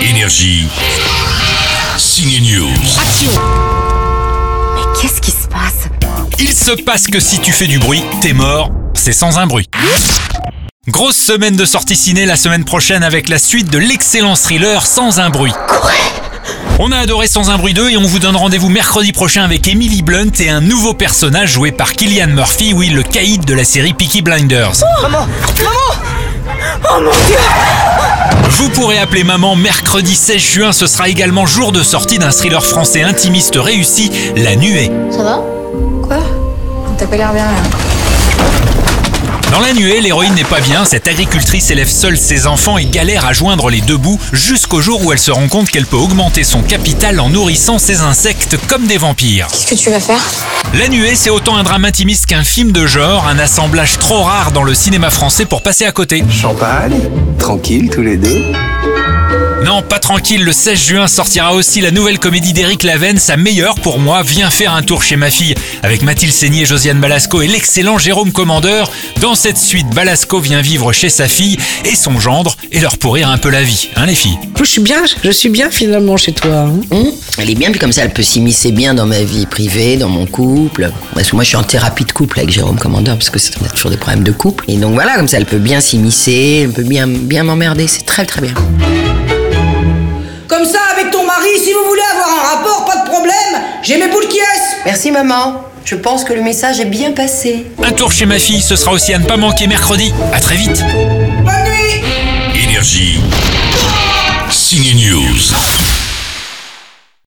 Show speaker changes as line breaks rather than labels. Énergie. Signe News.
Action
Mais qu'est-ce qui se passe
Il se passe que si tu fais du bruit, t'es mort. C'est sans un bruit. Grosse semaine de sortie ciné la semaine prochaine avec la suite de l'excellent thriller Sans un bruit. On a adoré Sans un bruit 2 et on vous donne rendez-vous mercredi prochain avec Emily Blunt et un nouveau personnage joué par Killian Murphy, oui, le caïd de la série Peaky Blinders. Vous pourrez appeler maman mercredi 16 juin, ce sera également jour de sortie d'un thriller français intimiste réussi, La Nuée.
Ça va Quoi T'as pas l'air bien là.
Dans la nuée, l'héroïne n'est pas bien, cette agricultrice élève seule ses enfants et galère à joindre les deux bouts jusqu'au jour où elle se rend compte qu'elle peut augmenter son capital en nourrissant ses insectes comme des vampires.
Qu'est-ce que tu vas faire
La nuée, c'est autant un drame intimiste qu'un film de genre, un assemblage trop rare dans le cinéma français pour passer à côté.
Champagne, tranquille tous les deux.
Non, pas tranquille, le 16 juin sortira aussi la nouvelle comédie d'Éric Laven, sa meilleure pour moi, Viens faire un tour chez ma fille, avec Mathilde Seigné, Josiane Balasco et l'excellent Jérôme Commandeur. Dans cette suite, Balasco vient vivre chez sa fille et son gendre et leur pourrir un peu la vie, hein les filles
Je suis bien, je suis bien finalement chez toi. hein.
Mmh. Elle est bien, puis comme ça, elle peut s'immiscer bien dans ma vie privée, dans mon couple. Parce que moi, je suis en thérapie de couple avec Jérôme Commandeur, parce que c'est- on a toujours des problèmes de couple. Et donc voilà, comme ça, elle peut bien s'immiscer, elle peut bien, bien m'emmerder. C'est très, très bien.
Comme ça, avec ton mari, si vous voulez avoir un rapport, pas de problème, j'ai mes boules qui est
Merci, maman. Je pense que le message est bien passé.
Un tour chez ma fille, ce sera aussi à ne pas manquer mercredi. À très vite
Bonne nuit
Énergie.
Signe News.